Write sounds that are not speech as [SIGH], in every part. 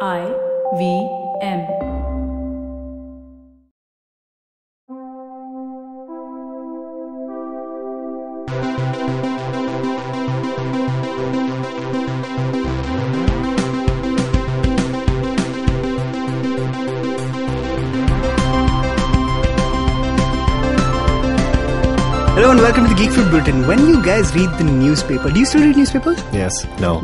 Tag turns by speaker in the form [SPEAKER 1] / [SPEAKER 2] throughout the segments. [SPEAKER 1] I V M.
[SPEAKER 2] Hello and welcome to the Geek Food Bulletin. When you guys read the newspaper, do you still read newspapers?
[SPEAKER 3] Yes. No.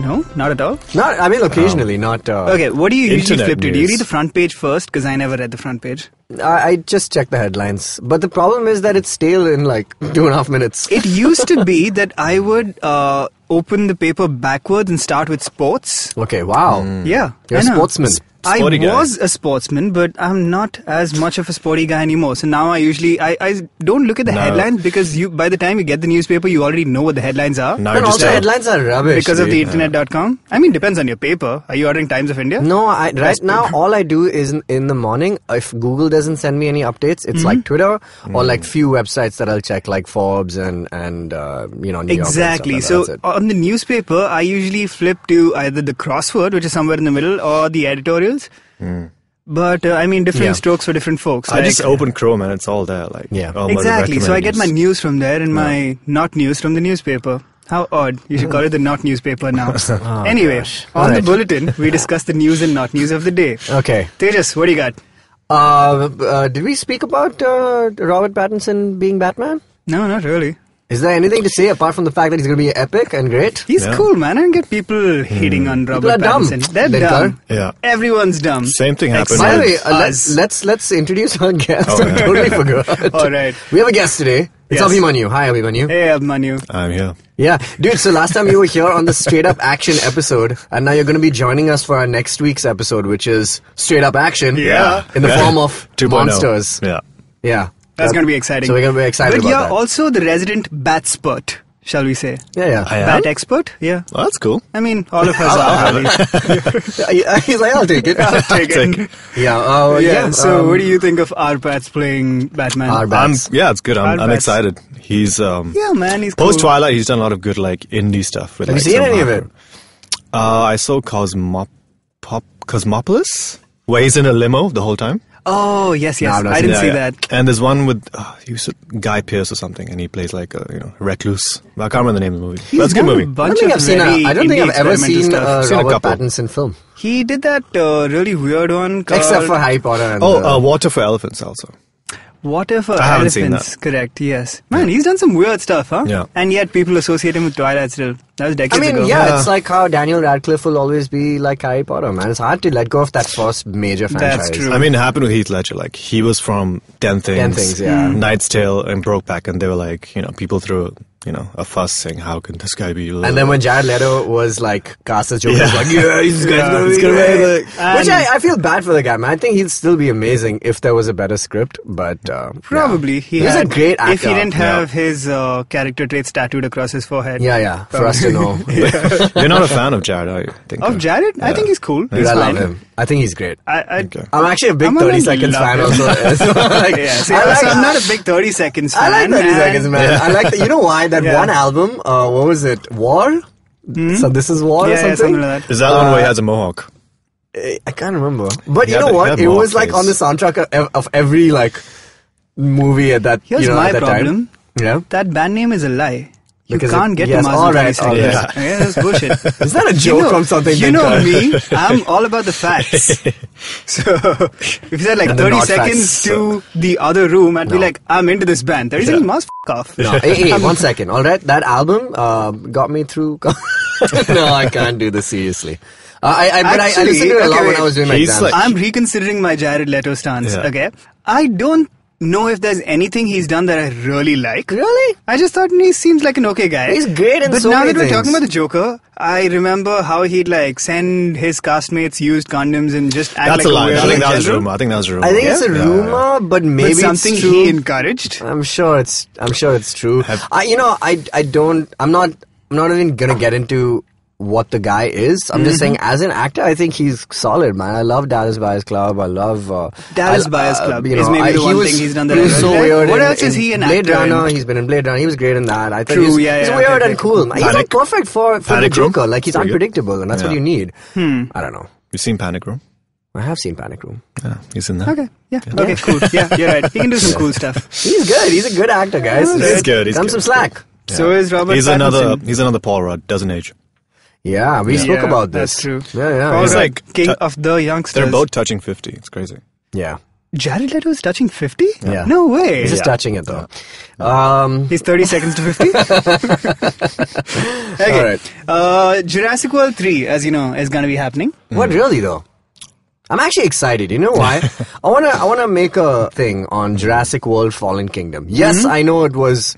[SPEAKER 2] No, not at all.
[SPEAKER 4] Not, I mean, occasionally, not. Uh,
[SPEAKER 2] Um, Okay, what do you usually
[SPEAKER 3] Uh, Internet
[SPEAKER 2] flip to? Do you
[SPEAKER 3] news.
[SPEAKER 2] read the front page first? Because I never read the front page.
[SPEAKER 4] I, I just check the headlines, but the problem is that it's stale in like [LAUGHS] two and a half minutes.
[SPEAKER 2] It used to be [LAUGHS] that I would uh, open the paper backwards and start with sports.
[SPEAKER 4] Okay, wow.
[SPEAKER 2] Yeah,
[SPEAKER 4] You're
[SPEAKER 2] I
[SPEAKER 4] a
[SPEAKER 2] know.
[SPEAKER 4] sportsman.
[SPEAKER 2] I
[SPEAKER 3] Sporty guy.
[SPEAKER 2] was a sportsman, but I'm not as much of a sporty guy anymore. So now I usually I, I don't look at the headlines because you by the time you get the newspaper, you already know what the headlines are.
[SPEAKER 3] Now
[SPEAKER 4] And
[SPEAKER 3] you just
[SPEAKER 4] also,
[SPEAKER 3] have-
[SPEAKER 4] headlines are rubbish.
[SPEAKER 2] because of
[SPEAKER 4] dude.
[SPEAKER 2] the internet.com. I mean, depends on your paper. Are you ordering Times of India?
[SPEAKER 4] No, I, right now all I do is in, in the morning. If Google doesn't send me any updates, it's
[SPEAKER 2] Mm-hmm.
[SPEAKER 4] like Twitter or
[SPEAKER 2] Mm.
[SPEAKER 4] like few websites that I'll check, like Forbes and and uh, you know New York and stuff
[SPEAKER 2] Exactly.
[SPEAKER 4] like that.
[SPEAKER 2] so
[SPEAKER 4] That's it.
[SPEAKER 2] on the newspaper, I usually flip to either the crossword, which is somewhere in the middle, or the editorials. But uh, I mean, different
[SPEAKER 4] Hmm. Yeah.
[SPEAKER 2] strokes for different folks.
[SPEAKER 3] I
[SPEAKER 2] like-
[SPEAKER 3] just open Chrome and it's all there. Like
[SPEAKER 4] Yeah.
[SPEAKER 3] all my
[SPEAKER 2] exactly. So I get my
[SPEAKER 3] recommendations.
[SPEAKER 2] news from there and my not news from the newspaper. How odd. You should call it the not newspaper
[SPEAKER 4] [LAUGHS]
[SPEAKER 2] now.
[SPEAKER 4] Oh,
[SPEAKER 2] [LAUGHS] anyway, on the
[SPEAKER 4] Alright.
[SPEAKER 2] bulletin, we discuss the news and not news of the day.
[SPEAKER 4] okay.
[SPEAKER 2] Tejas, what do you got?
[SPEAKER 4] Uh, uh, did we speak about uh, Robert Pattinson being Batman?
[SPEAKER 2] No, not really.
[SPEAKER 4] Is there anything to say apart from the fact that he's going to be epic and great?
[SPEAKER 2] He's
[SPEAKER 3] Yeah.
[SPEAKER 2] cool, man. I don't get people hating on Robert
[SPEAKER 4] Hmm. are dumb,
[SPEAKER 2] Pattinson. They're
[SPEAKER 4] Dinkar.
[SPEAKER 2] dumb.
[SPEAKER 3] Yeah.
[SPEAKER 2] Everyone's dumb.
[SPEAKER 3] Same thing happened.
[SPEAKER 4] By the
[SPEAKER 3] with-
[SPEAKER 4] way, uh,
[SPEAKER 2] us.
[SPEAKER 4] let's, let's let's introduce our guest.
[SPEAKER 3] Oh, yeah.
[SPEAKER 4] I [LAUGHS] totally
[SPEAKER 2] [LAUGHS]
[SPEAKER 4] forgot.
[SPEAKER 2] All right.
[SPEAKER 4] We have a guest today. It's
[SPEAKER 2] Yes.
[SPEAKER 4] Abhimanyu. Hi, Abhimanyu.
[SPEAKER 2] Hey, Abhimanyu.
[SPEAKER 3] I'm here.
[SPEAKER 4] Yeah, dude. So last time you were here on the straight up action episode, and now you're going to be joining us for our next week's episode, which is straight up action.
[SPEAKER 2] Yeah.
[SPEAKER 4] In the
[SPEAKER 3] Yeah.
[SPEAKER 4] form
[SPEAKER 2] [LAUGHS]
[SPEAKER 4] of
[SPEAKER 3] 2.0.
[SPEAKER 4] monsters.
[SPEAKER 3] oh. Yeah.
[SPEAKER 4] Yeah.
[SPEAKER 2] That's
[SPEAKER 4] That-
[SPEAKER 2] going to be exciting.
[SPEAKER 4] So we're going to be excited
[SPEAKER 2] But
[SPEAKER 4] about
[SPEAKER 2] you're
[SPEAKER 4] that.
[SPEAKER 2] also the resident bat spurt, shall we say?
[SPEAKER 4] yeah, yeah.
[SPEAKER 3] I am?
[SPEAKER 2] Bat expert? Yeah.
[SPEAKER 3] Well, that's cool.
[SPEAKER 2] I mean, all of us are. really.
[SPEAKER 4] [LAUGHS] [LAUGHS] Yeah, He's like,
[SPEAKER 2] [LAUGHS]
[SPEAKER 4] I'll take it. [LAUGHS]
[SPEAKER 2] Take it.
[SPEAKER 3] Take-
[SPEAKER 4] yeah. Uh,
[SPEAKER 2] yeah.
[SPEAKER 4] yeah.
[SPEAKER 2] so,
[SPEAKER 4] um,
[SPEAKER 2] what do you think of our bats playing Batman?
[SPEAKER 4] our
[SPEAKER 3] I'm,
[SPEAKER 4] bats.
[SPEAKER 3] yeah, it's good. I'm,
[SPEAKER 2] Our
[SPEAKER 3] I'm
[SPEAKER 2] bats.
[SPEAKER 3] excited. He's um,
[SPEAKER 2] Yeah, man, he's cool.
[SPEAKER 3] post Twilight. He's done a lot of good like indie stuff. With,
[SPEAKER 4] Have you
[SPEAKER 3] like,
[SPEAKER 4] seen
[SPEAKER 3] some
[SPEAKER 4] any of it?
[SPEAKER 3] horror. Uh, I saw Cosmop, Pop, Cosmopolis, where he's in a limo the whole time.
[SPEAKER 2] Oh yes, yes.
[SPEAKER 4] I've not
[SPEAKER 2] I
[SPEAKER 4] seen
[SPEAKER 2] didn't
[SPEAKER 3] Yeah,
[SPEAKER 2] see
[SPEAKER 3] yeah.
[SPEAKER 2] that.
[SPEAKER 3] And there's one with uh, he was Guy Pierce or something, and he plays like a you know recluse. I can't remember the name of the movie. But That's a good
[SPEAKER 2] done a
[SPEAKER 3] movie.
[SPEAKER 4] I
[SPEAKER 2] bunch
[SPEAKER 4] don't think
[SPEAKER 2] of
[SPEAKER 4] I've seen.
[SPEAKER 2] very
[SPEAKER 4] A, I don't think
[SPEAKER 2] indie
[SPEAKER 4] I've ever
[SPEAKER 2] experimental
[SPEAKER 4] seen
[SPEAKER 2] stuff.
[SPEAKER 4] a
[SPEAKER 3] Seen a
[SPEAKER 4] Robert
[SPEAKER 3] couple.
[SPEAKER 4] Pattinson film,
[SPEAKER 2] He did that uh, really weird one called
[SPEAKER 4] except for Harry Potter. And the-
[SPEAKER 3] oh, uh, Water for Elephants also.
[SPEAKER 2] Water for
[SPEAKER 3] I haven't seen
[SPEAKER 2] Elephants. Correct. Yes. Man, he's done some weird stuff, huh?
[SPEAKER 3] Yeah.
[SPEAKER 2] And yet people associate him with Twilight still. That was
[SPEAKER 4] I
[SPEAKER 2] decades
[SPEAKER 4] mean,
[SPEAKER 2] ago.
[SPEAKER 4] yeah,
[SPEAKER 3] Yeah.
[SPEAKER 4] it's like how Daniel Radcliffe will always be like Harry Potter, man. It's hard to let go of that first major franchise.
[SPEAKER 2] true.
[SPEAKER 3] I mean, it happened with Heath Ledger. Like he was from Ten Things,
[SPEAKER 4] Things, yeah. Mm.
[SPEAKER 3] Knight's Tale, and Brokeback, and they were like, you know, people threw you know a fuss saying, "How can this guy be?"
[SPEAKER 4] And then when Jared Leto was like cast as Joker, yeah. like, yeah, he's gonna,
[SPEAKER 2] [LAUGHS] [LAUGHS] Yeah,
[SPEAKER 4] gonna
[SPEAKER 2] he's
[SPEAKER 4] be
[SPEAKER 2] gonna
[SPEAKER 4] great.
[SPEAKER 2] be like-
[SPEAKER 4] Which
[SPEAKER 2] And-
[SPEAKER 4] I, I feel bad for the guy, man. I think he'd still be amazing if there was a better script, but uh,
[SPEAKER 2] Probably
[SPEAKER 4] yeah.
[SPEAKER 2] he
[SPEAKER 4] he's
[SPEAKER 2] had,
[SPEAKER 4] a great actor.
[SPEAKER 2] If he didn't
[SPEAKER 3] Yeah.
[SPEAKER 2] have his uh, character traits tattooed across his forehead.
[SPEAKER 4] yeah, yeah, for us to know.
[SPEAKER 3] [LAUGHS] you're not a fan of Jared, are you? I think,
[SPEAKER 2] [LAUGHS] Of Jared, I think he's cool.
[SPEAKER 4] Dude,
[SPEAKER 2] He's
[SPEAKER 4] I
[SPEAKER 2] fine.
[SPEAKER 4] love him. I think he's great.
[SPEAKER 2] I, I,
[SPEAKER 3] Okay.
[SPEAKER 4] I'm actually a big
[SPEAKER 2] I'm a
[SPEAKER 4] 30
[SPEAKER 2] little
[SPEAKER 4] seconds
[SPEAKER 2] love
[SPEAKER 4] fan
[SPEAKER 2] him. [LAUGHS]
[SPEAKER 4] also. [LAUGHS] so, like,
[SPEAKER 2] yeah,
[SPEAKER 4] [LAUGHS]
[SPEAKER 2] see,
[SPEAKER 4] I
[SPEAKER 2] so
[SPEAKER 4] like,
[SPEAKER 2] I'm not a big 30 seconds fan.
[SPEAKER 4] I like 30
[SPEAKER 2] man.
[SPEAKER 4] seconds, man. I like that. You know why?
[SPEAKER 2] [LAUGHS]
[SPEAKER 4] That
[SPEAKER 2] Yeah. Hmm?
[SPEAKER 4] one album, uh, what was it? War? So this is War
[SPEAKER 2] Yeah,
[SPEAKER 4] or
[SPEAKER 2] yeah, something like that.
[SPEAKER 3] is that the
[SPEAKER 4] Uh,
[SPEAKER 3] one where he has a mohawk?
[SPEAKER 4] Eh, I can't remember. But
[SPEAKER 3] He
[SPEAKER 4] you
[SPEAKER 3] had
[SPEAKER 4] know
[SPEAKER 3] the- he
[SPEAKER 4] what?
[SPEAKER 3] had
[SPEAKER 4] It
[SPEAKER 3] more
[SPEAKER 4] was like
[SPEAKER 3] face.
[SPEAKER 4] on the soundtrack of, ev- of every like movie at that.
[SPEAKER 2] Here's
[SPEAKER 4] you know,
[SPEAKER 2] my
[SPEAKER 4] at that
[SPEAKER 2] problem.
[SPEAKER 4] Time.
[SPEAKER 2] That band name is a lie. You
[SPEAKER 4] Because
[SPEAKER 2] can't
[SPEAKER 4] it-
[SPEAKER 2] get
[SPEAKER 4] yes,
[SPEAKER 2] to Mars
[SPEAKER 4] all
[SPEAKER 2] in 30
[SPEAKER 4] right, all
[SPEAKER 2] seconds.
[SPEAKER 4] right.
[SPEAKER 2] Okay, that's bullshit.
[SPEAKER 4] Yeah. [LAUGHS] Is that a
[SPEAKER 2] You
[SPEAKER 4] joke
[SPEAKER 2] know-
[SPEAKER 4] from something?
[SPEAKER 2] You know me.
[SPEAKER 4] [LAUGHS]
[SPEAKER 2] I'm all about the facts. So [LAUGHS] if you said like
[SPEAKER 4] And the
[SPEAKER 2] 30
[SPEAKER 4] not facts,
[SPEAKER 2] seconds to
[SPEAKER 4] so-
[SPEAKER 2] the other room, I'd be
[SPEAKER 4] No.
[SPEAKER 2] like, I'm into this band. 30 seconds, Mars, f- off.
[SPEAKER 4] No, hey, [LAUGHS]
[SPEAKER 2] [LAUGHS]
[SPEAKER 4] hey, one second. All right, that album uh, got me through. [LAUGHS] no, I can't do this seriously. Uh, I, I, but I, I
[SPEAKER 2] Actually,
[SPEAKER 4] listened to it a lot
[SPEAKER 2] okay,
[SPEAKER 4] when I was doing my
[SPEAKER 3] he's
[SPEAKER 4] exams.
[SPEAKER 3] like-
[SPEAKER 2] I'm reconsidering my Jared Leto stance.
[SPEAKER 3] Yeah.
[SPEAKER 2] Okay, I don't know if there's anything he's done that I really like.
[SPEAKER 4] Really?
[SPEAKER 2] I just thought he seems like an okay guy.
[SPEAKER 4] He's great in
[SPEAKER 2] but
[SPEAKER 4] so
[SPEAKER 2] now
[SPEAKER 4] many
[SPEAKER 2] that we're talking
[SPEAKER 4] things.
[SPEAKER 2] about the Joker, I remember how he'd like send his castmates used condoms and just act like
[SPEAKER 3] That's a lie.
[SPEAKER 2] weirdo
[SPEAKER 3] I think
[SPEAKER 2] in
[SPEAKER 3] that was a
[SPEAKER 2] general.
[SPEAKER 3] rumor. I think that was a rumor.
[SPEAKER 4] I think it's a
[SPEAKER 3] Yeah, yeah,
[SPEAKER 4] rumor,
[SPEAKER 3] yeah.
[SPEAKER 4] but
[SPEAKER 2] But
[SPEAKER 4] maybe
[SPEAKER 2] something
[SPEAKER 4] it's true.
[SPEAKER 2] he encouraged.
[SPEAKER 4] I'm sure it's. I'm sure it's true. I, you know, I, I don't. I'm not. I'm not even gonna get into what the guy is. I'm
[SPEAKER 3] Mm-hmm.
[SPEAKER 4] just saying, as an actor, I think he's solid, man. I love Dallas Buyers Club. I love uh,
[SPEAKER 2] Dallas
[SPEAKER 4] I-
[SPEAKER 2] Buyers Club is maybe the
[SPEAKER 4] he
[SPEAKER 2] one thing he's done that
[SPEAKER 4] he
[SPEAKER 2] I really
[SPEAKER 4] was so
[SPEAKER 2] like.
[SPEAKER 4] weird.
[SPEAKER 2] What
[SPEAKER 4] in-
[SPEAKER 2] else is
[SPEAKER 4] in
[SPEAKER 2] he an
[SPEAKER 4] Blade
[SPEAKER 2] actor in?
[SPEAKER 4] Runner. He's been in Blade Runner. He was great in that. I think
[SPEAKER 2] True,
[SPEAKER 4] he's,
[SPEAKER 2] yeah,
[SPEAKER 4] he's
[SPEAKER 2] yeah,
[SPEAKER 4] weird
[SPEAKER 2] okay,
[SPEAKER 4] and
[SPEAKER 2] okay.
[SPEAKER 4] cool. man. He's like
[SPEAKER 3] Panic-
[SPEAKER 4] perfect for for
[SPEAKER 3] Panic
[SPEAKER 4] the
[SPEAKER 3] Room?
[SPEAKER 4] Joker. Like he's
[SPEAKER 3] Pretty good.
[SPEAKER 4] unpredictable, and that's what
[SPEAKER 3] Yeah.
[SPEAKER 2] Hmm.
[SPEAKER 4] you need. I don't know.
[SPEAKER 3] You've seen Panic Room?
[SPEAKER 4] I have seen Panic Room.
[SPEAKER 3] Yeah, he's in there.
[SPEAKER 2] Okay. Yeah. Okay. Cool.
[SPEAKER 4] [LAUGHS]
[SPEAKER 2] Yeah. You're right. He can do some cool stuff.
[SPEAKER 4] He's good. He's a good actor, guys.
[SPEAKER 3] He's
[SPEAKER 4] Cut-
[SPEAKER 3] good, he's
[SPEAKER 4] cut him
[SPEAKER 3] good.
[SPEAKER 4] some slack.
[SPEAKER 2] So is Robert.
[SPEAKER 3] He's
[SPEAKER 2] Pattinson.
[SPEAKER 3] another. He's another Paul Rudd. Doesn't age.
[SPEAKER 4] Yeah, we spoke
[SPEAKER 2] Yeah,
[SPEAKER 4] about this.
[SPEAKER 2] That's true.
[SPEAKER 4] Yeah, yeah.
[SPEAKER 2] Paul
[SPEAKER 3] He's
[SPEAKER 2] Rudd,
[SPEAKER 3] like-
[SPEAKER 2] king
[SPEAKER 3] tu-
[SPEAKER 2] of the youngsters.
[SPEAKER 3] They're both touching fifty. It's crazy.
[SPEAKER 4] yeah.
[SPEAKER 2] Jared Leto is touching fifty.
[SPEAKER 4] Yeah.
[SPEAKER 2] No way.
[SPEAKER 4] He's just touching it though. Um,
[SPEAKER 2] He's thirty seconds to
[SPEAKER 4] [LAUGHS]
[SPEAKER 2] fifty. okay.
[SPEAKER 4] All right.
[SPEAKER 2] Uh, Jurassic World three, as you know, is going to be happening.
[SPEAKER 3] Mm.
[SPEAKER 4] What really though? I'm actually excited. You
[SPEAKER 3] [LAUGHS]
[SPEAKER 4] know why? I wanna I wanna make a thing on Jurassic World Fallen Kingdom. Yes,
[SPEAKER 3] Mm-hmm.
[SPEAKER 4] I know it was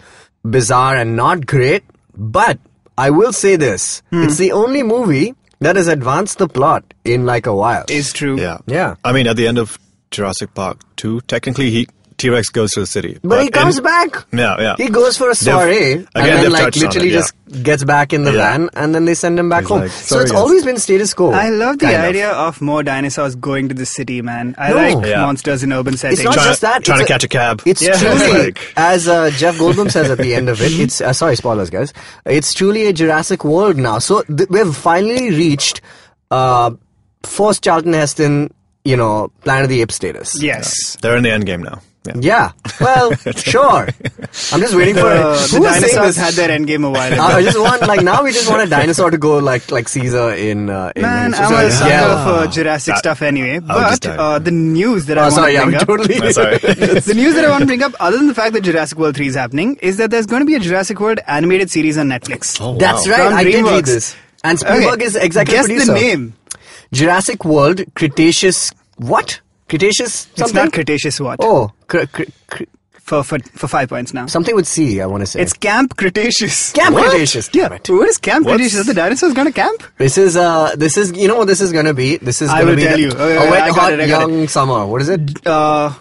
[SPEAKER 4] bizarre and not great, but I will say this:
[SPEAKER 3] Hmm.
[SPEAKER 4] it's the only movie that has advanced the plot in like a while.
[SPEAKER 2] Is true.
[SPEAKER 3] Yeah.
[SPEAKER 4] Yeah.
[SPEAKER 3] I mean, at the end of Jurassic Park two, technically he T Rex goes to the city,
[SPEAKER 4] but, he comes
[SPEAKER 3] in-
[SPEAKER 4] back.
[SPEAKER 3] Yeah, yeah.
[SPEAKER 4] He goes for a
[SPEAKER 3] They've-
[SPEAKER 4] soiree
[SPEAKER 3] again,
[SPEAKER 4] and then
[SPEAKER 3] they've
[SPEAKER 4] like
[SPEAKER 3] touched on it,
[SPEAKER 4] literally
[SPEAKER 3] yeah.
[SPEAKER 4] just gets back in the
[SPEAKER 3] Yeah.
[SPEAKER 4] van and then they send him back
[SPEAKER 3] He's
[SPEAKER 4] home.
[SPEAKER 3] like,
[SPEAKER 4] so
[SPEAKER 3] "Sorry,
[SPEAKER 4] it's
[SPEAKER 3] guys."
[SPEAKER 4] always been status quo.
[SPEAKER 2] I love the
[SPEAKER 4] kind of.
[SPEAKER 2] idea of. more dinosaurs going to the city, man. I
[SPEAKER 4] No.
[SPEAKER 2] like
[SPEAKER 3] Yeah.
[SPEAKER 2] monsters in urban settings.
[SPEAKER 4] It's not
[SPEAKER 3] Trying to-
[SPEAKER 4] just that.
[SPEAKER 3] trying
[SPEAKER 4] it's
[SPEAKER 3] to catch a cab.
[SPEAKER 4] It's
[SPEAKER 3] Yeah. [LAUGHS]
[SPEAKER 4] truly,
[SPEAKER 3] Like-
[SPEAKER 4] as uh, Jeff Goldblum says at the end of it, it's uh, sorry, spoilers, guys. It's truly a Jurassic World now. So th- we've finally reached uh, first Charlton Heston, you know, Planet of the Apes status.
[SPEAKER 2] yes.
[SPEAKER 3] They're in the end game now. Yeah.
[SPEAKER 4] Yeah. Well, sure. I'm just waiting for
[SPEAKER 2] Uh,
[SPEAKER 4] who
[SPEAKER 2] the
[SPEAKER 4] was saying
[SPEAKER 2] dinosaurs
[SPEAKER 4] this? Ah.
[SPEAKER 2] had their endgame a while ago.
[SPEAKER 4] [LAUGHS] I I just want like now we just want a dinosaur to go like like Caesar in uh, in
[SPEAKER 2] Man,
[SPEAKER 4] Renaissance.
[SPEAKER 2] I'm a
[SPEAKER 3] sorry.
[SPEAKER 2] sucker
[SPEAKER 4] yeah.
[SPEAKER 2] for Jurassic stuff anyway.
[SPEAKER 3] just
[SPEAKER 2] But
[SPEAKER 3] die.
[SPEAKER 2] uh, the news that I
[SPEAKER 4] Oh,
[SPEAKER 2] want
[SPEAKER 4] sorry,
[SPEAKER 2] to
[SPEAKER 4] I'm
[SPEAKER 2] bring up.
[SPEAKER 4] totally. [LAUGHS]
[SPEAKER 3] I'm sorry.
[SPEAKER 2] [LAUGHS] the news that I want to bring up, other than the fact that Jurassic World 3 is happening, is that there's going to be a Jurassic World animated series on Netflix.
[SPEAKER 3] Oh,
[SPEAKER 4] That's
[SPEAKER 3] wow.
[SPEAKER 4] right.
[SPEAKER 2] From
[SPEAKER 4] I did
[SPEAKER 2] DreamWorks.
[SPEAKER 4] read this. And Spielberg is executive
[SPEAKER 2] Guess
[SPEAKER 4] producer.
[SPEAKER 2] the name.
[SPEAKER 4] Jurassic World, Cretaceous. What? Cretaceous something?
[SPEAKER 2] It's not Cretaceous What.
[SPEAKER 4] Oh, cr- cr- cr-
[SPEAKER 2] For, for, for five points now.
[SPEAKER 4] something with C, I want to say.
[SPEAKER 2] It's Camp Cretaceous.
[SPEAKER 4] Camp Cretaceous.
[SPEAKER 2] Yeah.
[SPEAKER 4] Damn it.
[SPEAKER 2] What is Camp
[SPEAKER 3] What's-
[SPEAKER 2] Cretaceous? Are the dinosaurs going to camp?
[SPEAKER 4] This is, uh, this is, you know what this is going to be? This is
[SPEAKER 2] I
[SPEAKER 4] going to
[SPEAKER 2] will
[SPEAKER 4] be
[SPEAKER 2] tell
[SPEAKER 4] the-
[SPEAKER 2] you. Oh, yeah,
[SPEAKER 4] a
[SPEAKER 2] yeah,
[SPEAKER 4] wet,
[SPEAKER 2] I got
[SPEAKER 4] hot,
[SPEAKER 2] it, I got
[SPEAKER 4] young summer. What is it?
[SPEAKER 2] Uh,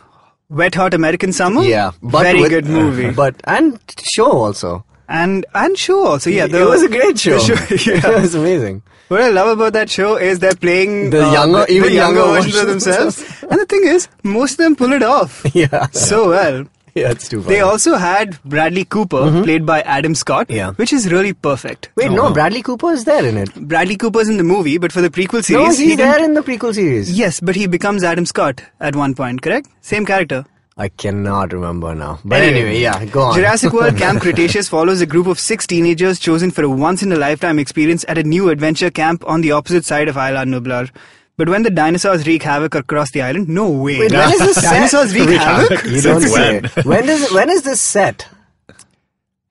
[SPEAKER 2] Wet Hot American Summer.
[SPEAKER 4] Yeah.
[SPEAKER 2] Very
[SPEAKER 4] with-
[SPEAKER 2] good movie.
[SPEAKER 4] [LAUGHS] But, and show also.
[SPEAKER 2] and and show also. Yeah.
[SPEAKER 4] it was a great show.
[SPEAKER 2] show, [LAUGHS] yeah.
[SPEAKER 4] [LAUGHS] it was amazing. [LAUGHS]
[SPEAKER 2] What I love about that show is they're playing uh,
[SPEAKER 4] The younger-
[SPEAKER 2] the,
[SPEAKER 4] even
[SPEAKER 2] the younger,
[SPEAKER 4] younger
[SPEAKER 2] versions of
[SPEAKER 4] versions.
[SPEAKER 2] themselves, and the thing is, most of them pull it off
[SPEAKER 4] [LAUGHS] Yeah.
[SPEAKER 2] so well.
[SPEAKER 4] Yeah, it's too funny.
[SPEAKER 2] They also had Bradley Cooper, played by Adam Scott,
[SPEAKER 4] Mm-hmm. Yeah.
[SPEAKER 2] which is really perfect.
[SPEAKER 4] Wait, no, Bradley Cooper is there in it.
[SPEAKER 2] Bradley Cooper's in the movie, but for the prequel series,
[SPEAKER 4] No, he's
[SPEAKER 2] he didn't-
[SPEAKER 4] there in the prequel series.
[SPEAKER 2] Yes, but he becomes Adam Scott at one point, correct? Same character.
[SPEAKER 4] I cannot remember now. But anyway, yeah, go on.
[SPEAKER 2] Jurassic
[SPEAKER 4] [LAUGHS]
[SPEAKER 2] World Camp Cretaceous follows a group of six teenagers chosen for a once in a lifetime experience at a new adventure camp on the opposite side of Isla Nublar. But when the dinosaurs wreak havoc across the island, no way.
[SPEAKER 4] Wait, when is this
[SPEAKER 2] [LAUGHS]
[SPEAKER 4] set?
[SPEAKER 2] dinosaurs wreak
[SPEAKER 3] Wreak
[SPEAKER 2] havoc?
[SPEAKER 3] havoc. [LAUGHS]
[SPEAKER 4] You don't
[SPEAKER 3] Since
[SPEAKER 4] say. [LAUGHS] When does when is this set?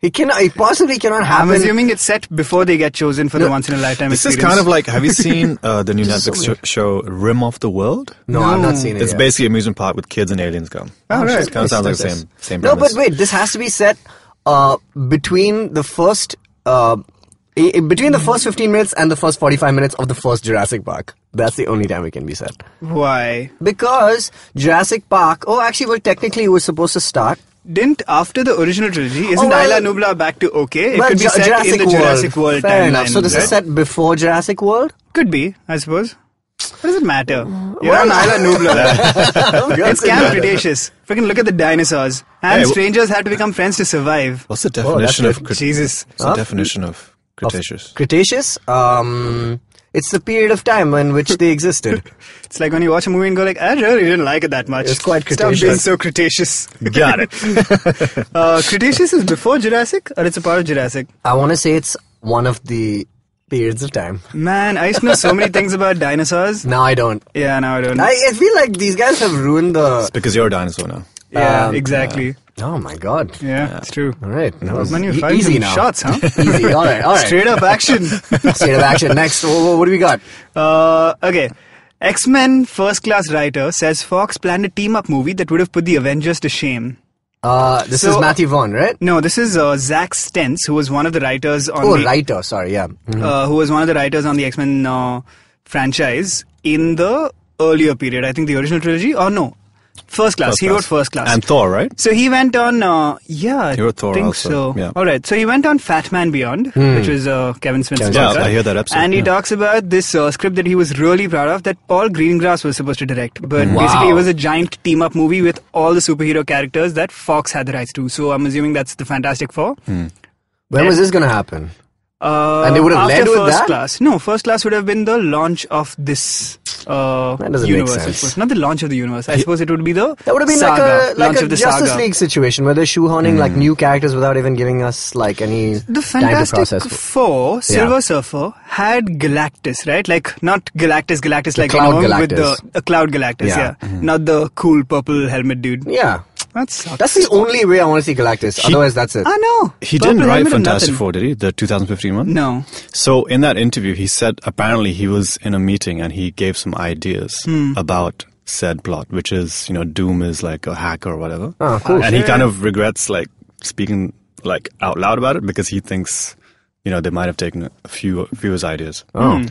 [SPEAKER 4] It cannot. It possibly cannot
[SPEAKER 2] I'm
[SPEAKER 4] happen.
[SPEAKER 2] assuming it's set before they get chosen for the once in a lifetime
[SPEAKER 3] This is
[SPEAKER 2] experience.
[SPEAKER 3] kind of like. Have you seen uh, the new Netflix sh- show Rim of the World?
[SPEAKER 4] no, I've not seen it.
[SPEAKER 3] It's
[SPEAKER 4] yet.
[SPEAKER 3] basically amusement park with kids and aliens come.
[SPEAKER 2] Oh, right.
[SPEAKER 3] Kind of sounds like the same same.
[SPEAKER 4] No, but
[SPEAKER 3] premise.
[SPEAKER 4] wait. This has to be set uh, between the first uh, i- i- between the first 15 minutes and the first 45 minutes of the first Jurassic Park. That's the only time it can be set.
[SPEAKER 2] Why?
[SPEAKER 4] Because Jurassic Park. Oh, actually, well, technically, it was supposed to start.
[SPEAKER 2] Didn't after the original trilogy, isn't
[SPEAKER 4] Oh, well-
[SPEAKER 2] Isla Nublar back to okay? It
[SPEAKER 4] but
[SPEAKER 2] could be
[SPEAKER 4] Ju-
[SPEAKER 2] set in the Jurassic World
[SPEAKER 4] Fair
[SPEAKER 2] timeline.
[SPEAKER 4] enough. So this
[SPEAKER 2] right?
[SPEAKER 4] is set before
[SPEAKER 3] [LAUGHS]
[SPEAKER 4] Jurassic World.
[SPEAKER 2] Could be, I suppose. What does it matter? You're
[SPEAKER 4] Well-
[SPEAKER 2] on Isla
[SPEAKER 4] [LAUGHS]
[SPEAKER 2] Nublar. It's
[SPEAKER 4] it's
[SPEAKER 2] Camp Cretaceous. Freaking look at the dinosaurs. And
[SPEAKER 3] Hey, wh-
[SPEAKER 2] strangers had to become friends to survive.
[SPEAKER 3] what's the definition
[SPEAKER 4] that's
[SPEAKER 3] of
[SPEAKER 4] good.
[SPEAKER 3] cret-
[SPEAKER 2] Jesus.
[SPEAKER 3] What's the definition of
[SPEAKER 4] [LAUGHS]
[SPEAKER 3] Cretaceous?
[SPEAKER 4] Cretaceous. Um, it's the period of time in which they
[SPEAKER 2] [LAUGHS]
[SPEAKER 4] existed.
[SPEAKER 2] It's like when you watch a movie and go like, I really didn't like it that much.
[SPEAKER 4] It's quite
[SPEAKER 2] Stop being
[SPEAKER 4] Cretaceous.
[SPEAKER 2] so Cretaceous.
[SPEAKER 3] Got it.
[SPEAKER 2] Uh, Cretaceous is before Jurassic or it's a part of Jurassic?
[SPEAKER 4] I want to say it's one of the periods of time.
[SPEAKER 2] Man, I used to know so many things about dinosaurs.
[SPEAKER 4] No, I don't.
[SPEAKER 2] Yeah, now I don't.
[SPEAKER 4] I, I feel like these guys have ruined the.
[SPEAKER 3] because you're a dinosaur now.
[SPEAKER 2] yeah,
[SPEAKER 4] um,
[SPEAKER 2] exactly.
[SPEAKER 4] Oh my god.
[SPEAKER 2] Yeah, it's true.
[SPEAKER 4] All right. That was
[SPEAKER 2] Man, you're
[SPEAKER 4] e-
[SPEAKER 2] firing
[SPEAKER 4] easy
[SPEAKER 2] some
[SPEAKER 4] now.
[SPEAKER 2] shots, huh?
[SPEAKER 4] [LAUGHS] Easy. All right. All right.
[SPEAKER 2] Straight up action.
[SPEAKER 4] Straight of action. Next. Whoa, whoa, what do we got?
[SPEAKER 2] Uh, okay. X Men first class writer says Fox planned a team up movie that would have put the Avengers to shame.
[SPEAKER 4] Uh, this
[SPEAKER 2] So-
[SPEAKER 4] is Matthew Vaughn, right?
[SPEAKER 2] No, this is uh, Zach Stentz, who was one of the writers on
[SPEAKER 4] Oh,
[SPEAKER 2] the
[SPEAKER 4] writer. Sorry. Yeah. Mhm.
[SPEAKER 2] uh, who was one of the writers on the X Men uh, franchise in the earlier period. I think the original trilogy, or no, first class. he wrote first class.
[SPEAKER 3] And Thor, right?
[SPEAKER 2] So he went on, uh, yeah, I
[SPEAKER 3] He wrote Thor
[SPEAKER 2] think
[SPEAKER 3] also,
[SPEAKER 2] so.
[SPEAKER 3] yeah.
[SPEAKER 2] All right, so he went on Fat Man Beyond,
[SPEAKER 4] Hmm.
[SPEAKER 2] which was uh, Kevin Smith's
[SPEAKER 3] Yeah,
[SPEAKER 2] podcast.
[SPEAKER 3] I hear that episode,
[SPEAKER 2] And he
[SPEAKER 3] yeah.
[SPEAKER 2] talks about this uh, script that he was really proud of that Paul Greengrass was supposed to direct, but basically it was a giant team-up movie with all the superhero characters
[SPEAKER 3] Hmm.
[SPEAKER 2] that Fox had the rights to. So I'm assuming that's the Fantastic Four.
[SPEAKER 4] When was this gonna happen?
[SPEAKER 2] Uh,
[SPEAKER 4] And they would have
[SPEAKER 2] after
[SPEAKER 4] led with
[SPEAKER 2] first
[SPEAKER 4] that?
[SPEAKER 2] class. No, first class would have been the launch of this uh,
[SPEAKER 4] That doesn't make
[SPEAKER 2] universe. I
[SPEAKER 4] sense.
[SPEAKER 2] suppose. Not the launch of the universe. I suppose it would be the
[SPEAKER 4] That would have been
[SPEAKER 2] saga,
[SPEAKER 4] like a like
[SPEAKER 2] launch
[SPEAKER 4] a
[SPEAKER 2] of the
[SPEAKER 4] Justice
[SPEAKER 2] saga. Hmm.
[SPEAKER 4] League situation where they're shoehorning like new characters without even giving us like any
[SPEAKER 2] The
[SPEAKER 4] time to
[SPEAKER 2] Fantastic
[SPEAKER 4] process. it.
[SPEAKER 2] Four, Silver Surfer, had Galactus, right? Like, not Galactus, Galactus, like, you
[SPEAKER 4] Cloud
[SPEAKER 2] know, with
[SPEAKER 4] Galactus.
[SPEAKER 2] the a Cloud Galactus,
[SPEAKER 4] Yeah. Mm-hmm.
[SPEAKER 2] yeah. Not the cool purple helmet dude.
[SPEAKER 4] Yeah,
[SPEAKER 2] That sucks.
[SPEAKER 4] that's the only way I want to see Galactus. Otherwise, that's it.
[SPEAKER 2] I know.
[SPEAKER 3] He
[SPEAKER 2] Purple
[SPEAKER 3] didn't write
[SPEAKER 2] helmet or
[SPEAKER 3] Fantastic
[SPEAKER 2] nothing.
[SPEAKER 3] Four, did he? The 2015 one?
[SPEAKER 2] No.
[SPEAKER 3] So in that interview, he said apparently he was in a meeting and he gave some ideas about said plot, which is you know Doom is like a hacker or whatever,
[SPEAKER 4] Oh, cool.
[SPEAKER 3] and he kind of regrets like speaking like out loud about it because he thinks you know they might have taken a few viewers' ideas. Oh,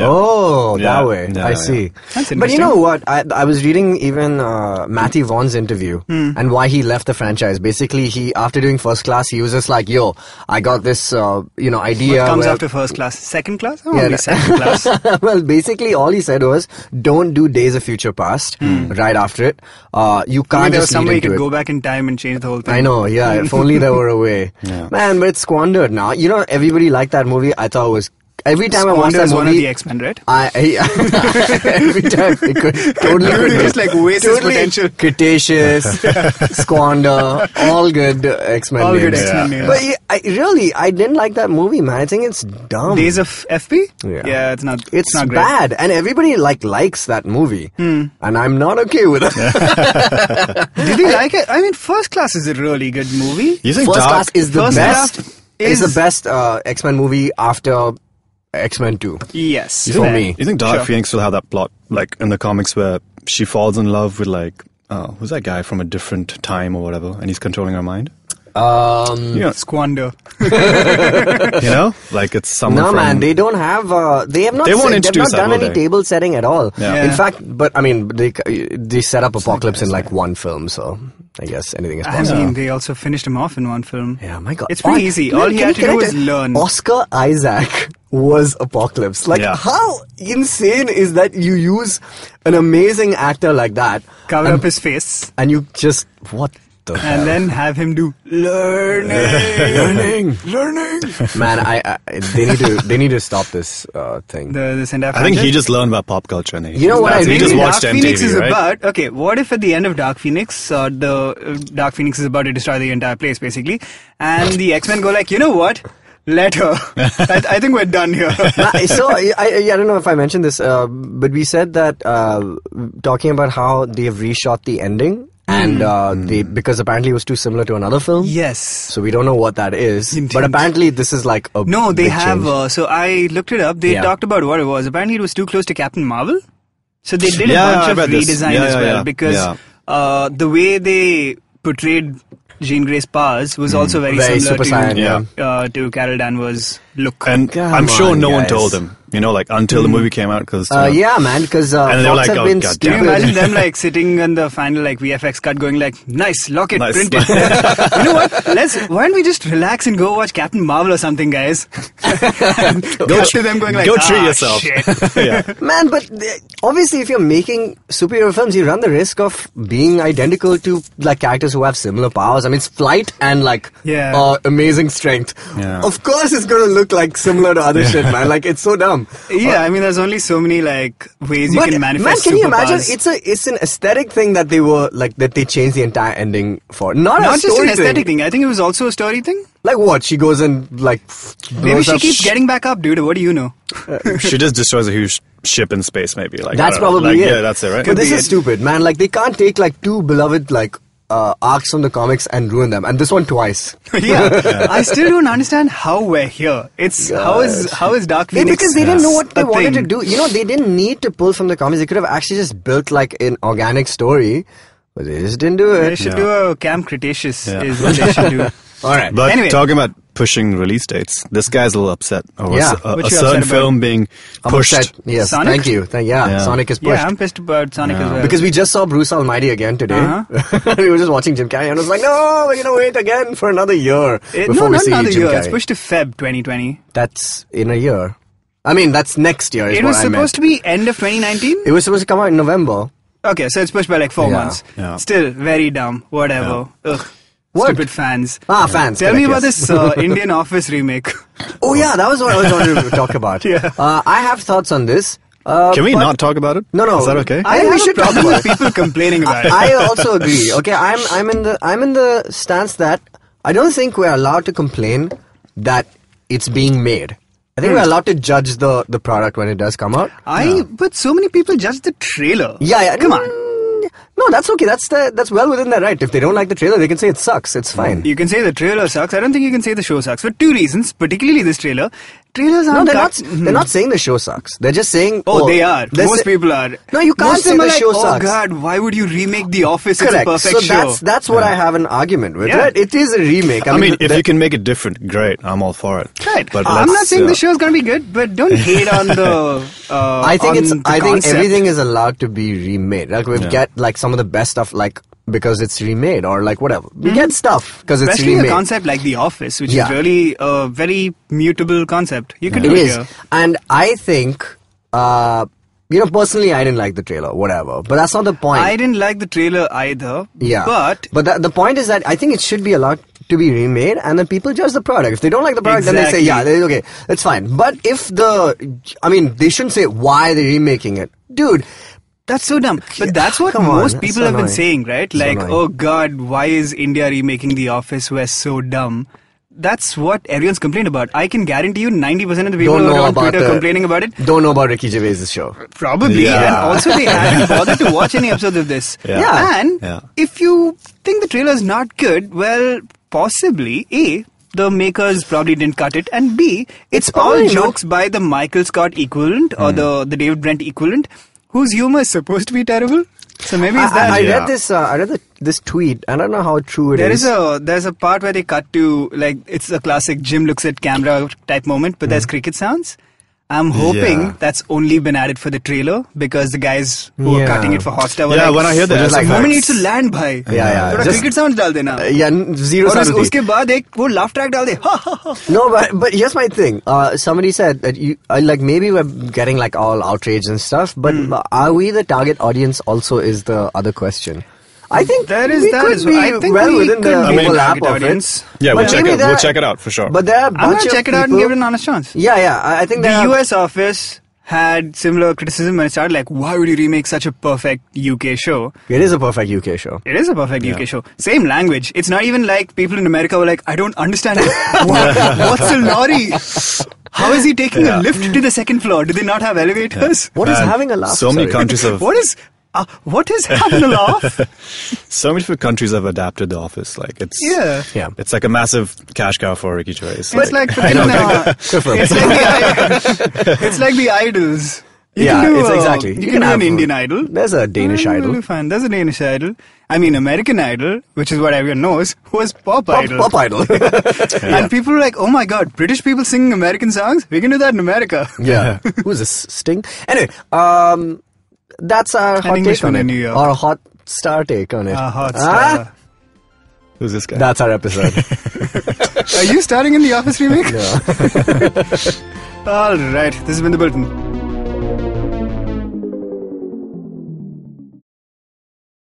[SPEAKER 4] Oh,
[SPEAKER 3] Yeah.
[SPEAKER 4] that way.
[SPEAKER 3] Yeah,
[SPEAKER 4] I
[SPEAKER 3] yeah.
[SPEAKER 4] see.
[SPEAKER 2] That's
[SPEAKER 4] But you
[SPEAKER 2] interesting.
[SPEAKER 4] know what? I, I was reading even uh, Matthew Vaughn's interview
[SPEAKER 2] Hmm.
[SPEAKER 4] and why he left the franchise. Basically, he after doing first class, he was just like, "Yo, I got this, uh, you know, idea."
[SPEAKER 2] What comes
[SPEAKER 4] where-
[SPEAKER 2] after first class? Second class? I want to
[SPEAKER 4] Yeah,
[SPEAKER 2] be
[SPEAKER 4] no. [LAUGHS]
[SPEAKER 2] second class.
[SPEAKER 4] well, basically, all he said was, "Don't do Days of Future Past
[SPEAKER 2] Hmm.
[SPEAKER 4] right after it. Uh, you
[SPEAKER 2] I mean,
[SPEAKER 4] can't
[SPEAKER 2] there was
[SPEAKER 4] just
[SPEAKER 2] some
[SPEAKER 4] lead
[SPEAKER 2] way you
[SPEAKER 4] into
[SPEAKER 2] could
[SPEAKER 4] it."
[SPEAKER 2] go back in time and change the whole thing.
[SPEAKER 4] I know, yeah. If only there were a way,
[SPEAKER 3] Yeah.
[SPEAKER 4] man. But it's squandered now. You know, everybody liked that movie. I thought it was every time I watched
[SPEAKER 2] Squander
[SPEAKER 4] that
[SPEAKER 2] is
[SPEAKER 4] movie.
[SPEAKER 2] one of the X Men, right?
[SPEAKER 4] I, I [LAUGHS] every time it could totally
[SPEAKER 2] Dude,
[SPEAKER 4] could
[SPEAKER 2] just, like, wastes potential. [LAUGHS]
[SPEAKER 4] Cretaceous, Squander, all good X Men.
[SPEAKER 2] All good
[SPEAKER 4] names.
[SPEAKER 2] X-Men names.
[SPEAKER 4] But yeah, I, really, I didn't like that movie, man. I think it's dumb.
[SPEAKER 2] Days of FP?
[SPEAKER 4] Yeah.
[SPEAKER 2] it's not. It's,
[SPEAKER 4] it's
[SPEAKER 2] not great. Hmm.
[SPEAKER 4] bad, and everybody like likes that movie, and I'm not okay with it.
[SPEAKER 2] Did
[SPEAKER 4] [LAUGHS]
[SPEAKER 2] you like it? I mean, First Class is a really good movie.
[SPEAKER 3] you think
[SPEAKER 4] First
[SPEAKER 3] Dark?
[SPEAKER 4] Class is the
[SPEAKER 2] First
[SPEAKER 4] best.
[SPEAKER 2] Class
[SPEAKER 4] Is,
[SPEAKER 2] is-
[SPEAKER 4] the best uh, X Men movie after X Men Two.
[SPEAKER 2] Yes.
[SPEAKER 4] for me.
[SPEAKER 3] you think Dark
[SPEAKER 2] Sure.
[SPEAKER 3] Phoenix will have that plot like in the comics where she falls in love with like uh, who's that guy from a different time or whatever, and he's controlling her mind?
[SPEAKER 4] Um,
[SPEAKER 3] Yeah.
[SPEAKER 2] Squander.
[SPEAKER 3] you know, like it's someone.
[SPEAKER 4] No
[SPEAKER 3] from,
[SPEAKER 4] man, they don't have. Uh, they have not.
[SPEAKER 3] They
[SPEAKER 4] They
[SPEAKER 3] won't
[SPEAKER 4] they've
[SPEAKER 3] introduce
[SPEAKER 4] not
[SPEAKER 3] that,
[SPEAKER 4] done
[SPEAKER 3] will
[SPEAKER 4] any
[SPEAKER 3] they?
[SPEAKER 4] table setting at all.
[SPEAKER 3] Yeah.
[SPEAKER 4] In
[SPEAKER 2] Yeah.
[SPEAKER 4] fact, but I mean, they they set up apocalypse in like one film, so I guess anything is
[SPEAKER 2] I
[SPEAKER 4] possible.
[SPEAKER 2] mean, they also finished him off in one film.
[SPEAKER 4] Yeah, my God.
[SPEAKER 2] It's pretty
[SPEAKER 4] Oh,
[SPEAKER 2] easy.
[SPEAKER 4] man,
[SPEAKER 2] All he
[SPEAKER 4] can
[SPEAKER 2] had
[SPEAKER 4] you
[SPEAKER 2] to do was
[SPEAKER 4] connect it?
[SPEAKER 2] learn.
[SPEAKER 4] Oscar Isaac [LAUGHS] was Apocalypse. Like,
[SPEAKER 3] Yeah.
[SPEAKER 4] how insane is that? You use an amazing actor like that,
[SPEAKER 2] Cover
[SPEAKER 3] Um,
[SPEAKER 4] and,
[SPEAKER 2] up his face
[SPEAKER 4] and you just what the
[SPEAKER 2] and then have him do
[SPEAKER 3] [LAUGHS]
[SPEAKER 2] learning.
[SPEAKER 4] learning, learning. [LAUGHS] Man, I, I they need to they need to stop this uh, thing.
[SPEAKER 2] the, the send
[SPEAKER 3] I think he just learned about pop culture. And he
[SPEAKER 4] You know what I
[SPEAKER 3] He
[SPEAKER 4] really-
[SPEAKER 3] just watched
[SPEAKER 2] Dark
[SPEAKER 3] MTV,
[SPEAKER 2] Phoenix is
[SPEAKER 3] right?
[SPEAKER 2] about okay. What if at the end of Dark Phoenix, uh, the uh, Dark Phoenix is about to destroy the entire place, basically, and the X Men go like, you know what? Let
[SPEAKER 3] [LAUGHS]
[SPEAKER 2] her. I, I think we're done here.
[SPEAKER 4] Uh, so I, I, I don't know if I mentioned this, uh, but we said that uh, talking about how they've reshot the ending, and uh, they because apparently it was too similar to another film.
[SPEAKER 2] yes.
[SPEAKER 4] So we don't know what that is, but
[SPEAKER 2] Intense.
[SPEAKER 4] apparently this is like a
[SPEAKER 2] No, they
[SPEAKER 4] big
[SPEAKER 2] have.
[SPEAKER 4] change.
[SPEAKER 2] Uh, so I looked it up. They
[SPEAKER 4] Yeah.
[SPEAKER 2] talked about what it was. Apparently, it was too close to Captain Marvel. So they did
[SPEAKER 3] Yeah,
[SPEAKER 2] a bunch
[SPEAKER 3] I
[SPEAKER 2] of
[SPEAKER 3] read this.
[SPEAKER 2] redesign
[SPEAKER 3] Yeah,
[SPEAKER 2] as
[SPEAKER 3] yeah,
[SPEAKER 2] well
[SPEAKER 3] yeah.
[SPEAKER 2] because
[SPEAKER 3] Yeah.
[SPEAKER 2] uh, the way they portrayed Jean Grey's powers
[SPEAKER 3] Hmm.
[SPEAKER 2] was also very,
[SPEAKER 4] Very
[SPEAKER 2] similar
[SPEAKER 4] Super
[SPEAKER 2] to
[SPEAKER 4] Saiyan,
[SPEAKER 2] uh, to Carol Danvers' look.
[SPEAKER 3] And
[SPEAKER 4] Come
[SPEAKER 3] I'm sure
[SPEAKER 4] on,
[SPEAKER 3] no one
[SPEAKER 4] guys.
[SPEAKER 3] told him. You know, like until the movie came out because
[SPEAKER 4] Uh, yeah, man, because uh,
[SPEAKER 3] And they were
[SPEAKER 4] Fox
[SPEAKER 3] like,
[SPEAKER 4] have
[SPEAKER 3] oh,
[SPEAKER 4] been
[SPEAKER 3] goddamn.
[SPEAKER 2] Can you
[SPEAKER 4] stupid.
[SPEAKER 2] imagine
[SPEAKER 3] [LAUGHS]
[SPEAKER 2] them like sitting in the final like VFX cut going like nice lock it
[SPEAKER 3] Nice.
[SPEAKER 2] print it [LAUGHS] you know what let's why don't we just relax and go watch Captain Marvel or something guys [LAUGHS] go
[SPEAKER 3] tr-
[SPEAKER 2] to them going like
[SPEAKER 3] go treat
[SPEAKER 2] "Ah,
[SPEAKER 3] yourself."
[SPEAKER 2] shit.
[SPEAKER 3] [LAUGHS] yeah.
[SPEAKER 4] Man, but th- obviously, if you're making superhero films, you run the risk of being identical to like characters who have similar powers. I mean, it's flight and like
[SPEAKER 2] Yeah.
[SPEAKER 4] uh, amazing strength.
[SPEAKER 3] Yeah.
[SPEAKER 4] Of course, it's gonna look like similar to other shit, man. Like it's so
[SPEAKER 2] [LAUGHS]
[SPEAKER 4] dumb.
[SPEAKER 2] yeah I mean there's only so many like ways you
[SPEAKER 4] but
[SPEAKER 2] can
[SPEAKER 4] man,
[SPEAKER 2] manifest
[SPEAKER 4] can you imagine?
[SPEAKER 2] superpowers.
[SPEAKER 4] It's a it's an aesthetic thing that they were like that they changed the entire ending for. Not, a
[SPEAKER 2] not just
[SPEAKER 4] story
[SPEAKER 2] an aesthetic
[SPEAKER 4] thing.
[SPEAKER 2] thing I think it was also a story thing
[SPEAKER 4] Like what? She goes and like
[SPEAKER 2] maybe
[SPEAKER 4] blows
[SPEAKER 2] she
[SPEAKER 4] up-
[SPEAKER 2] keeps getting back up dude what do you
[SPEAKER 4] [LAUGHS]
[SPEAKER 2] know
[SPEAKER 3] she just destroys a huge ship in space. Maybe like I
[SPEAKER 4] That's
[SPEAKER 3] don't know.
[SPEAKER 4] probably
[SPEAKER 3] Uh, Like,
[SPEAKER 4] it.
[SPEAKER 3] Yeah, that's it, right?
[SPEAKER 4] But this
[SPEAKER 2] be
[SPEAKER 4] is
[SPEAKER 2] it.
[SPEAKER 4] stupid, man. Like they can't take like two beloved like uh, arcs from the comics and ruin them, and this one twice.
[SPEAKER 2] yeah I still don't understand how we're here it's how is how is Dark
[SPEAKER 4] They,
[SPEAKER 2] Phoenix uh,
[SPEAKER 4] because they didn't know what they
[SPEAKER 2] a
[SPEAKER 4] wanted
[SPEAKER 2] thing?
[SPEAKER 4] to do. You know, they didn't need to pull from the comics. They could have actually just built like an organic story, but they just didn't do
[SPEAKER 2] They
[SPEAKER 4] it.
[SPEAKER 2] should do a Camp Cretaceous
[SPEAKER 3] Yeah.
[SPEAKER 2] is what they should
[SPEAKER 4] [LAUGHS]
[SPEAKER 2] do.
[SPEAKER 4] All right.
[SPEAKER 3] But
[SPEAKER 2] Anyway.
[SPEAKER 3] talking about pushing release dates, this guy's a little upset over uh,
[SPEAKER 4] Yeah.
[SPEAKER 3] a,
[SPEAKER 2] What you
[SPEAKER 3] a certain
[SPEAKER 2] upset about?
[SPEAKER 3] film being
[SPEAKER 4] I'm
[SPEAKER 3] pushed.
[SPEAKER 4] upset. Yes.
[SPEAKER 2] Sonic?
[SPEAKER 4] Thank you. Thank, yeah,
[SPEAKER 3] Yeah.
[SPEAKER 4] Sonic is pushed.
[SPEAKER 2] yeah, I'm pissed about Sonic as well.
[SPEAKER 4] because we just saw Bruce Almighty again today. [LAUGHS] we were just watching Jim Carrey, and I was like, "No, we're gonna wait again for another year
[SPEAKER 2] It-
[SPEAKER 4] before
[SPEAKER 2] no,
[SPEAKER 4] we
[SPEAKER 2] not
[SPEAKER 4] see
[SPEAKER 2] another
[SPEAKER 4] Jim
[SPEAKER 2] year.
[SPEAKER 4] Carrey."
[SPEAKER 2] It's pushed to Feb 2020.
[SPEAKER 4] That's in a year. I mean, that's next year. Is
[SPEAKER 2] It
[SPEAKER 4] what
[SPEAKER 2] was
[SPEAKER 4] I meant.
[SPEAKER 2] supposed to be end of 2019.
[SPEAKER 4] It was supposed to come out in November. Ah,
[SPEAKER 2] Okay, so it's pushed by like four
[SPEAKER 4] Yeah.
[SPEAKER 2] months.
[SPEAKER 3] Yeah.
[SPEAKER 2] Still very dumb. Whatever. Ugh.
[SPEAKER 4] What?
[SPEAKER 2] Stupid fans.
[SPEAKER 4] Ah, fans,
[SPEAKER 2] Tell me
[SPEAKER 4] correct,
[SPEAKER 2] about
[SPEAKER 4] yes.
[SPEAKER 2] this
[SPEAKER 4] [LAUGHS]
[SPEAKER 2] uh, Indian Office remake.
[SPEAKER 4] Oh yeah, that was what I was wanting to talk about.
[SPEAKER 2] [LAUGHS] Yeah.
[SPEAKER 4] Uh, I have thoughts on this. Uh,
[SPEAKER 3] Can we
[SPEAKER 4] but
[SPEAKER 3] not talk about it?
[SPEAKER 4] No, no.
[SPEAKER 3] Is that okay?
[SPEAKER 4] I think we
[SPEAKER 2] have a
[SPEAKER 4] should talk
[SPEAKER 2] problem
[SPEAKER 4] about
[SPEAKER 2] with people complaining about it.
[SPEAKER 4] [LAUGHS] I also agree. Okay, I'm I'm in the I'm in the stance that I don't think we're allowed to complain that it's being made. I think
[SPEAKER 2] Hmm.
[SPEAKER 4] we're allowed to judge the the product when it does come out.
[SPEAKER 2] I but so many people judge the trailer.
[SPEAKER 4] Yeah, yeah.
[SPEAKER 2] Come
[SPEAKER 4] no,
[SPEAKER 2] on.
[SPEAKER 4] No, that's okay. That's the, that's well within their right. If they don't like the trailer, they can say it sucks. It's fine.
[SPEAKER 2] You can say the trailer sucks. I don't think you can say the show sucks for two reasons, particularly this trailer. Trailers
[SPEAKER 4] No,
[SPEAKER 2] aren't
[SPEAKER 4] they're not.
[SPEAKER 2] cut-
[SPEAKER 4] They're not saying the show sucks. They're just saying.
[SPEAKER 2] Oh, they are.
[SPEAKER 4] they're
[SPEAKER 2] Most
[SPEAKER 4] sa-
[SPEAKER 2] people are.
[SPEAKER 4] No, you can't
[SPEAKER 2] Most
[SPEAKER 4] say
[SPEAKER 2] them
[SPEAKER 4] the
[SPEAKER 2] are like,
[SPEAKER 4] show
[SPEAKER 2] oh,
[SPEAKER 4] sucks.
[SPEAKER 2] God, why would you remake The Office?
[SPEAKER 4] Correct.
[SPEAKER 2] It's a
[SPEAKER 4] so
[SPEAKER 2] perfect
[SPEAKER 4] that's
[SPEAKER 2] show.
[SPEAKER 4] that's what I have an argument with.
[SPEAKER 2] Yeah.
[SPEAKER 4] Right? It is a remake.
[SPEAKER 3] I mean, if
[SPEAKER 4] the-
[SPEAKER 3] you can make it different, great. I'm all for it.
[SPEAKER 2] Right.
[SPEAKER 3] But
[SPEAKER 2] I'm
[SPEAKER 3] let's, uh,
[SPEAKER 2] not saying
[SPEAKER 3] you know,
[SPEAKER 2] the show's gonna be good, but don't hate on the. Uh,
[SPEAKER 4] I think
[SPEAKER 2] on
[SPEAKER 4] it's.
[SPEAKER 2] the
[SPEAKER 4] I think
[SPEAKER 2] concept.
[SPEAKER 4] everything is allowed to be remade. Like we
[SPEAKER 3] Yeah.
[SPEAKER 4] get like some of the best stuff, like because it's remade or like whatever. We
[SPEAKER 2] Mm-hmm.
[SPEAKER 4] get stuff because it's
[SPEAKER 2] Especially
[SPEAKER 4] remade.
[SPEAKER 2] a concept like The Office, which
[SPEAKER 4] Yeah.
[SPEAKER 2] is really a very mutable concept. You can
[SPEAKER 4] It
[SPEAKER 2] do it
[SPEAKER 4] is.
[SPEAKER 2] here.
[SPEAKER 4] and I think, uh, you know, personally, I didn't like the trailer, whatever. But that's not the point.
[SPEAKER 2] I didn't like the trailer either.
[SPEAKER 4] yeah,
[SPEAKER 2] But
[SPEAKER 4] but the, the point is that I think it should be allowed to be remade, and then people judge the product. If they don't like the product, then they say,
[SPEAKER 2] Exactly.
[SPEAKER 4] "Yeah, they- okay, that's fine." But if the, I mean, they shouldn't say why they're remaking it, dude.
[SPEAKER 2] that's so dumb. But that's what
[SPEAKER 4] Come on,
[SPEAKER 2] most
[SPEAKER 4] that's
[SPEAKER 2] people
[SPEAKER 4] so
[SPEAKER 2] have been
[SPEAKER 4] annoying.
[SPEAKER 2] saying, right?
[SPEAKER 4] So
[SPEAKER 2] like,
[SPEAKER 4] annoying.
[SPEAKER 2] oh God, why is India remaking The Office? We're so dumb. That's what everyone's complained about. I can guarantee you 90% of the people
[SPEAKER 4] Don't
[SPEAKER 2] who
[SPEAKER 4] know
[SPEAKER 2] are on
[SPEAKER 4] about
[SPEAKER 2] Twitter
[SPEAKER 4] the-
[SPEAKER 2] complaining about it
[SPEAKER 4] Don't know about Ricky Gervais' show.
[SPEAKER 2] Probably.
[SPEAKER 3] Yeah.
[SPEAKER 2] And also, they haven't bothered to watch any episodes of this.
[SPEAKER 3] Yeah.
[SPEAKER 4] Yeah.
[SPEAKER 2] And
[SPEAKER 3] Yeah.
[SPEAKER 2] if you think the trailer's not good, well, possibly, A, the makers probably didn't cut it, and B, it's, all
[SPEAKER 4] probably not-
[SPEAKER 2] jokes by the Michael Scott equivalent or the, the David Brent equivalent, whose humor is supposed to be terrible. So maybe it's
[SPEAKER 4] I,
[SPEAKER 2] that.
[SPEAKER 4] I- I
[SPEAKER 3] Yeah.
[SPEAKER 4] read this. Uh, I read the, this tweet. I don't know how true it is.
[SPEAKER 2] There is a there's a part where they cut to like it's a classic Jim looks at camera type moment, but there's cricket sounds. I'm hoping
[SPEAKER 3] Yeah.
[SPEAKER 2] that's only been added for the trailer because the guys who are
[SPEAKER 4] Yeah.
[SPEAKER 2] cutting it for Hotstar were
[SPEAKER 3] Yeah,
[SPEAKER 2] like,
[SPEAKER 3] when I hear the
[SPEAKER 2] "There's a
[SPEAKER 4] SFX."
[SPEAKER 2] woman needs to land by.
[SPEAKER 4] Yeah, yeah,
[SPEAKER 2] थोड़ा
[SPEAKER 4] just-
[SPEAKER 2] cricket sound डाल देना.
[SPEAKER 4] Uh, yeah, n- zero
[SPEAKER 2] और उस,
[SPEAKER 4] subtlety.
[SPEAKER 2] उसके बाद एक वो laugh track डाल दे. Ha ha ha.
[SPEAKER 4] No, but but here's my thing. Uh, somebody said that you uh, like maybe we're getting like all outraged and stuff, but
[SPEAKER 2] Hmm.
[SPEAKER 4] are we the target audience? Also, is the other question. I think
[SPEAKER 2] There is
[SPEAKER 4] we
[SPEAKER 2] that
[SPEAKER 4] could
[SPEAKER 2] as well.
[SPEAKER 4] be
[SPEAKER 2] I think
[SPEAKER 4] well
[SPEAKER 2] we
[SPEAKER 4] within
[SPEAKER 2] could
[SPEAKER 4] the
[SPEAKER 2] be
[SPEAKER 4] people
[SPEAKER 2] the
[SPEAKER 4] app
[SPEAKER 2] target
[SPEAKER 4] of
[SPEAKER 2] audience.
[SPEAKER 4] it.
[SPEAKER 3] Yeah, we'll
[SPEAKER 4] But
[SPEAKER 3] check
[SPEAKER 4] maybe
[SPEAKER 3] it. We'll
[SPEAKER 4] there-
[SPEAKER 3] check it out for sure.
[SPEAKER 4] But there are a
[SPEAKER 2] I'm
[SPEAKER 4] bunch
[SPEAKER 2] gonna
[SPEAKER 4] of
[SPEAKER 2] check it out and
[SPEAKER 4] people-
[SPEAKER 2] give it an honest chance.
[SPEAKER 4] Yeah, yeah. I I think
[SPEAKER 2] the
[SPEAKER 4] there are-
[SPEAKER 2] US office had similar criticism when it started like, why would you remake such a perfect UK show?
[SPEAKER 4] It is a perfect UK show.
[SPEAKER 2] It is a perfect UK show. Same language. It's not even like people in America were like, I don't
[SPEAKER 4] [LAUGHS]
[SPEAKER 2] understand it. What, what's a lorry? How is he taking a lift to the second floor? Do they not have elevators?
[SPEAKER 4] What is
[SPEAKER 3] Man,
[SPEAKER 4] having a laugh?
[SPEAKER 3] So many
[SPEAKER 4] Sorry. [LAUGHS]
[SPEAKER 3] countries have
[SPEAKER 2] What is uh, what is having a laugh?
[SPEAKER 3] so many different countries have adapted The Office. Like it's
[SPEAKER 2] Yeah.
[SPEAKER 4] Yeah.
[SPEAKER 3] it's like a massive cash cow for Ricky Gervais.
[SPEAKER 2] It's
[SPEAKER 4] [LAUGHS]
[SPEAKER 2] like freaking, uh,
[SPEAKER 4] Good for him.
[SPEAKER 2] it's like the,
[SPEAKER 4] [LAUGHS]
[SPEAKER 2] i- it's like the idols. You
[SPEAKER 4] yeah,
[SPEAKER 2] can do
[SPEAKER 4] it's
[SPEAKER 2] a-
[SPEAKER 4] exactly.
[SPEAKER 2] You, can, do
[SPEAKER 4] have
[SPEAKER 2] an Indian idol. Mm,
[SPEAKER 4] There's a Danish
[SPEAKER 2] Well,
[SPEAKER 4] idol.
[SPEAKER 2] Fine. There's a Danish idol. I mean, American Idol, which is what everyone knows, was pop,
[SPEAKER 4] Pop,
[SPEAKER 2] idol.
[SPEAKER 4] pop idol.
[SPEAKER 2] [LAUGHS]
[SPEAKER 4] [LAUGHS]
[SPEAKER 2] And people were like, oh my god, British people singing American songs? We can do that in America.
[SPEAKER 4] [LAUGHS] yeah. Who's this? Sting? Anyway, um, that's our hot take
[SPEAKER 2] Englishman
[SPEAKER 4] on it.
[SPEAKER 2] in New York.
[SPEAKER 4] Our hot star take on it.
[SPEAKER 2] [LAUGHS] Ah, hot
[SPEAKER 4] Ah,
[SPEAKER 2] star.
[SPEAKER 3] [LAUGHS] Who's this guy?
[SPEAKER 4] that's our episode.
[SPEAKER 2] Are you starring [LAUGHS] in the Office remake? All right, this has been The Bulletin.